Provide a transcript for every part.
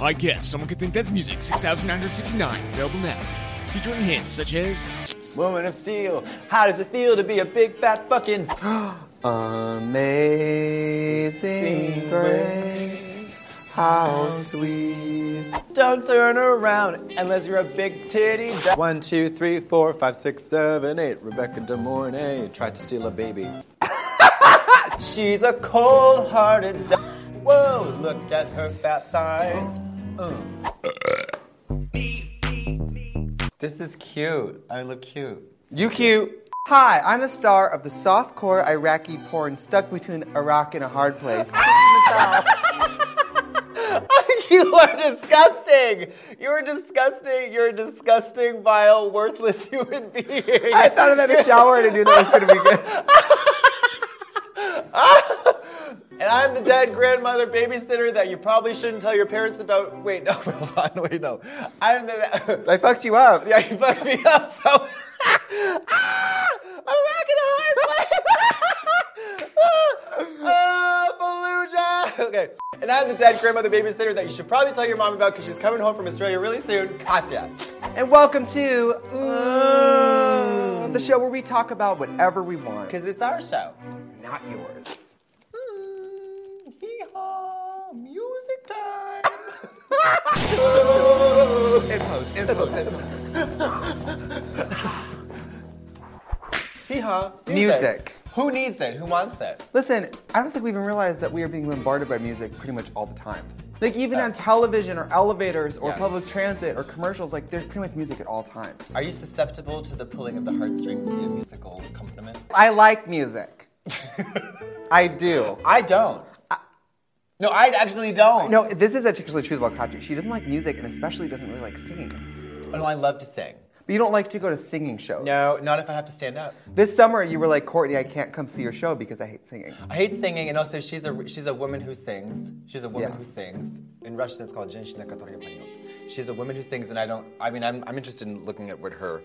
I guess someone could think that's music. 6,969. Available now. Featuring hits such as. Woman of Steel, how does it feel to be a big fat fucking amazing grace? How sweet. Don't turn around unless you're a big titty. Do- One, two, three, four, five, six, seven, eight. Rebecca De Mornay tried to steal a baby. She's a cold hearted. Di- Whoa, look at her fat thighs. This is cute. I look cute. You cute. Hi, I'm the star of the softcore Iraqi porn stuck between Iraq and a hard place. you are disgusting. You're disgusting. You're a disgusting, vile, worthless human being. I thought of that in the shower and I knew that was gonna be good. and I'm the dead grandmother babysitter that you probably shouldn't tell your parents about. Wait, no, hold on. Wait, no. I'm the. I fucked you up. yeah, you fucked me up. So. ah, I'm rocking a hard place. ah, Fallujah. Okay. And I'm the dead grandmother babysitter that you should probably tell your mom about because she's coming home from Australia really soon. Katya. And welcome to mm, the show where we talk about whatever we want. Because it's our show. not yours. Mm, hee-haw, music time. impose, impose, impose. hee-haw, music. Music. Who needs it? Who wants that? Listen, I don't think we even realize that we are being bombarded by music pretty much all the time. Like even on television or elevators or Yeah. public transit or commercials, like there's pretty much music at all times. Are you susceptible to the pulling of the heartstrings via musical accompaniment? I like music. I do. I don't. no, I actually don't. No, this is actually true about Katya. She doesn't like music and especially doesn't really like singing. Oh, no, I love to sing. But you don't like to go to singing shows. No, not if I have to stand up. This summer you were like, Courtney, I can't come see your show because I hate singing. I hate singing, and also she's a she's a woman who sings. She's a woman Yeah. who sings. In Russian, it's called женщина, которая поёт. She's a woman who sings, and I don't. I mean, I'm I'm interested in looking at what her,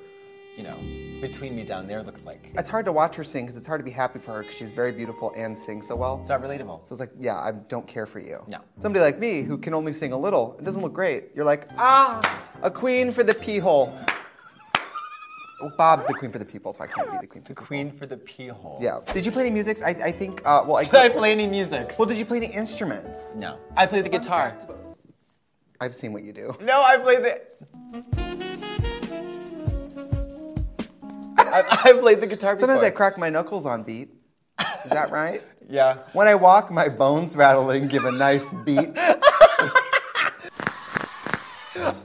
you know, between me down there looks like. It's hard to watch her sing because it's hard to be happy for her because she's very beautiful and sings so well. It's So not relatable. it's like, yeah, I don't care for you. No. Somebody like me who can only sing a little, it doesn't look great. You're like, ah, a queen for the pee hole. Well, Bob's the queen for the people, so I can't be the queen for the the people. queen for the pee hole. Yeah. Did you play any music? I, I think, uh, well, I. Did I play any music? Well, did you play any instruments? no. I played the guitar. I've seen what you do. No, I played the. I, I played the guitar. Sometimes I before. crack my knuckles on beat. Is that right? Yeah. When I walk, my bones rattle and give a nice beat. I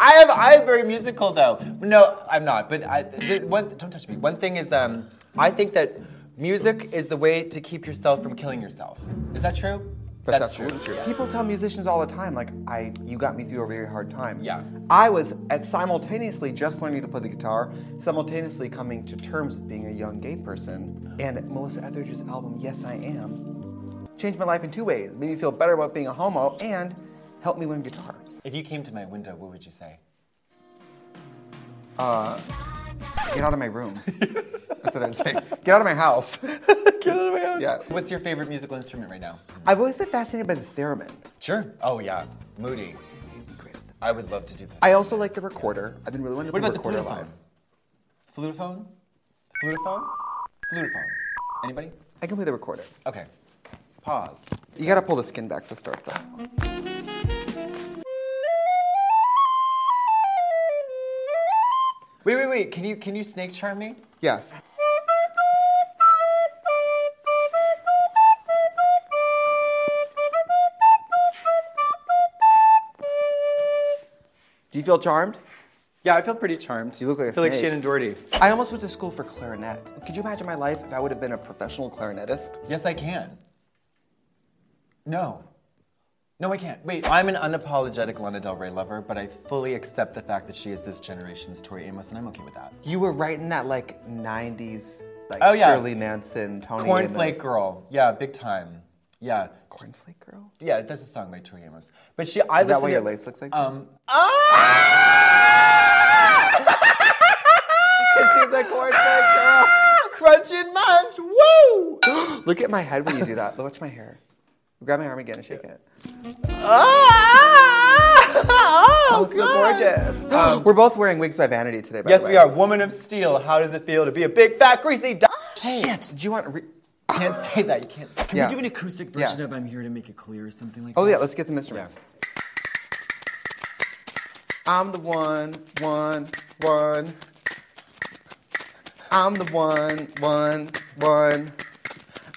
have I'm very musical though. No, I'm not. But I th- one don't touch me. One thing is um I think that music is the way to keep yourself from killing yourself. Is that true? That's, absolutely true. Yeah. People tell musicians all the time, like, I you got me through a very hard time. Yeah. I was at simultaneously just learning to play the guitar, simultaneously coming to terms with being a young gay person. And Melissa Etheridge's album, Yes I Am, changed my life in two ways. Made me feel better about being a homo and helped me learn guitar. If you came to my window, what would you say? Get out of my room. That's what I was saying. Get out of my house. Get out of my house. Yeah. What's your favorite musical instrument right now? I've always been fascinated by the theremin. Sure. Oh yeah, Moody. I would love to do that. I also like the recorder. I've been really wanting to what play about the recorder flutophone? live. Flutophone? Flutophone? Flutophone. Anybody? I can play the recorder. Okay. Pause. You gotta pull the skin back to start though. Wait, wait, wait. Can you can you snake charm me? Yeah. Do you feel charmed? Yeah, I feel pretty charmed. You look like a I feel like snake. Shannon Doherty. I almost went to school for clarinet. Could you imagine my life if I would have been a professional clarinetist? Yes, I can. No. No, I can't. Wait, I'm an unapologetic Lana Del Rey lover, but I fully accept the fact that she is this generation's Tori Amos, and I'm okay with that. You were right in that like 90s, like Oh, yeah. Shirley Manson, Tony Cornflake Amos. Girl. Yeah, big time. Yeah. Cornflake girl? Yeah, that's a song by Tori Amos. But she, I Is that listen why to- your lace looks like Um, this? She's a cornflake Crunch and munch, woo! girl. Look at my head when you do that. Look, Watch my hair. Grab my arm again and shake it. Ah! Um, We're both wearing wigs by Vanity today, by Yes, the way. we are. Woman of Steel. How does it feel to be a big, fat, greasy dog? Shit! Do you want. Re- Can't say that. You can't. Say Can Yeah. we do an acoustic version Yeah. of I'm Here to Make It Clear or something like oh, that? yeah, let's get some instruments. I'm the one, one, one. I'm the one, one, one.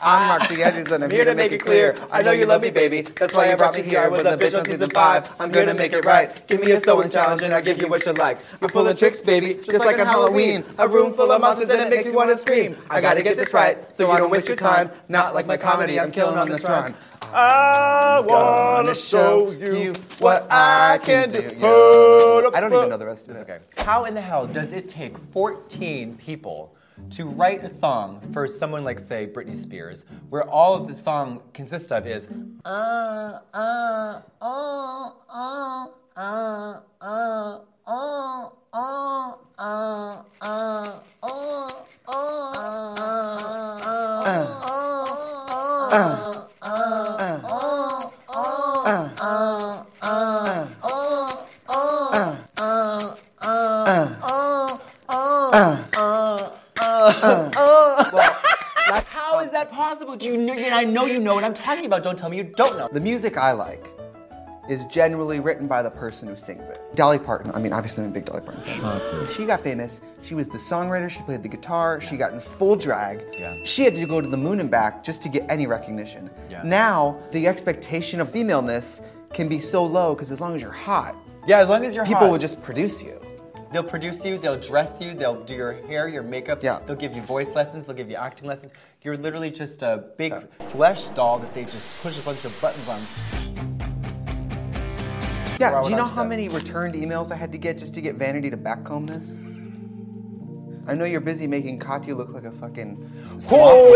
I'm Mark the Edges and Ah. I'm here to make it clear. I know you love me, baby. That's why you brought me here with a bitch on season five. I'm here to make it right. Give me a throwing challenge and I'll give you what you like. I'm full of tricks, baby, just like on Halloween. A room full of monsters and it makes you wanna scream. I gotta get this right, so you don't waste your time. Not like my comedy, I'm killing on this rhyme. I wanna Gonna show you what I can do. I don't even know the rest of it. Okay. How in the hell does it take 14 people to write a song for someone like, say, Britney Spears, where all of the song consists of is uh uh uh uh uh uh uh uh uh uh uh How is that possible? Do you know? I know you know what I'm talking about. Don't tell me you don't know. The music I like is generally written by the person who sings it. Dolly Parton. I mean, obviously, I'm a big Dolly Parton fan. She got famous. She was the songwriter. She played the guitar. She got in full drag. Yeah. She had to go to the moon and back just to get any recognition. Yeah. Now the expectation of femaleness can be so low because as long as you're hot, Yeah, as long as you're people hot. will just produce you. They'll produce you, they'll dress you, they'll do your hair, your makeup, Yeah. they'll give you voice lessons, they'll give you acting lessons. You're literally just a big flesh doll that they just push a bunch of buttons on. Yeah. Throw Do it you know onto how them. many returned emails I had to get just to get Vanity to backcomb this? I know you're busy making Katya look like a fucking swamp Whore!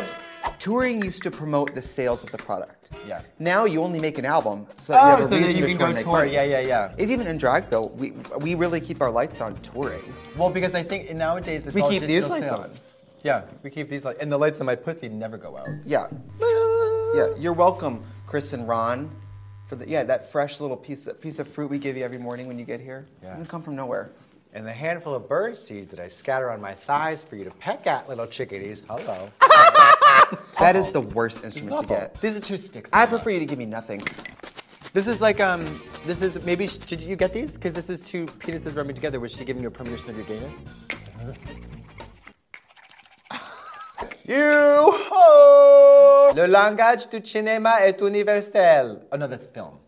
witch, but touring used to promote the sales of the product. Yeah. Now you only make an album so that you Oh, have a so that reason you to can tour go and make tour. money. Yeah, yeah, yeah. It's even in drag though. We we really keep our lights on touring. Well, because I think nowadays it's We all keep these digital lights sales. Yeah, we keep these lights, and the lights on my pussy never go out. Yeah. Yeah. You're welcome, Chris and Ron, for the yeah that fresh little piece of, piece of fruit we give you every morning when you get here. Yeah. It come from nowhere. and the handful of bird seeds that I scatter on my thighs for you to peck at, little chickadees. Hello. That is the worst instrument to get. These are two sticks. I prefer you to give me nothing. This is like um, this is maybe sh- did you get these? Because this is two penises rubbing together. Was she giving you a premonition of your gayness? You ho! Le langage du cinéma est universel. Oh no, that's film.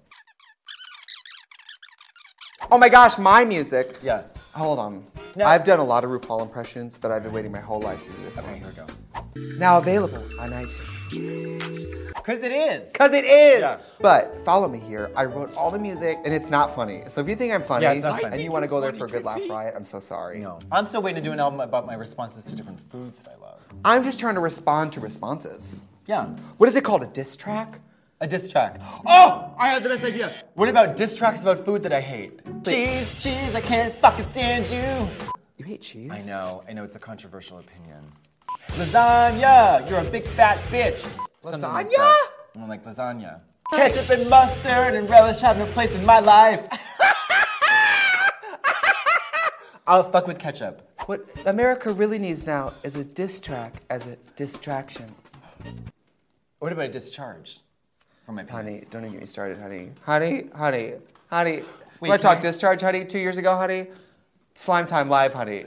Oh my gosh, my music. Yeah. Hold on. No. I've done a lot of RuPaul impressions, but I've been waiting my whole life to do this Okay, one. here we go. Now available on iTunes. Cause it is. Because it is! Yeah. But follow me here. I wrote all the music, and it's not funny. So if you think I'm funny, Yeah, it's not funny. and you want to go there for a good laugh riot, I'm so sorry. No. I'm still waiting to do an album about my responses to different foods that I love. I'm just trying to respond to responses. Yeah. What is it called? A diss track? A diss track. Oh, I have the best idea. What about diss tracks about food that I hate? Cheese, cheese, I can't fucking stand you. You hate cheese? I know, I know it's a controversial opinion. Lasagna, you're a big fat bitch. Something Like Lasagna? that. I'm like lasagna. Ketchup and mustard and relish have no place in my life. I'll fuck with ketchup. What America really needs now is a diss track as a distraction. What about a discharge from my penis? Honey, don't even get me started, honey. Honey, honey, honey. Wait, When I can talk I- discharge, honey, two years ago, honey. Slime Time Live, honey.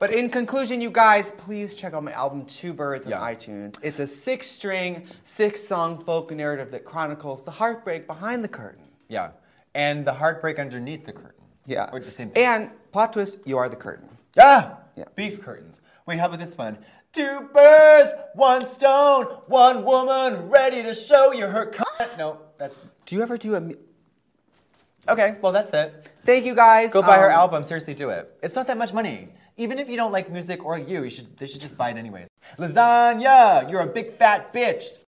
But in conclusion, you guys, please check out my album Two Birds on Yeah. iTunes. It's a six string, six song folk narrative that chronicles the heartbreak behind the curtain. Yeah. And the heartbreak underneath the curtain. Yeah. Or the same thing. And plot twist, you are the curtain. ah! Yeah. Beef curtains. Wait, how about this one? Two birds, one stone, one woman ready to show you her cunt. No, that's. Do you ever do a. mu- Okay, well, that's it. Thank you guys. Go buy her Um, album. Seriously, do it. It's not that much money. Even if you don't like music or you, you should, they should just buy it anyways. Lasagna, you're a big fat bitch.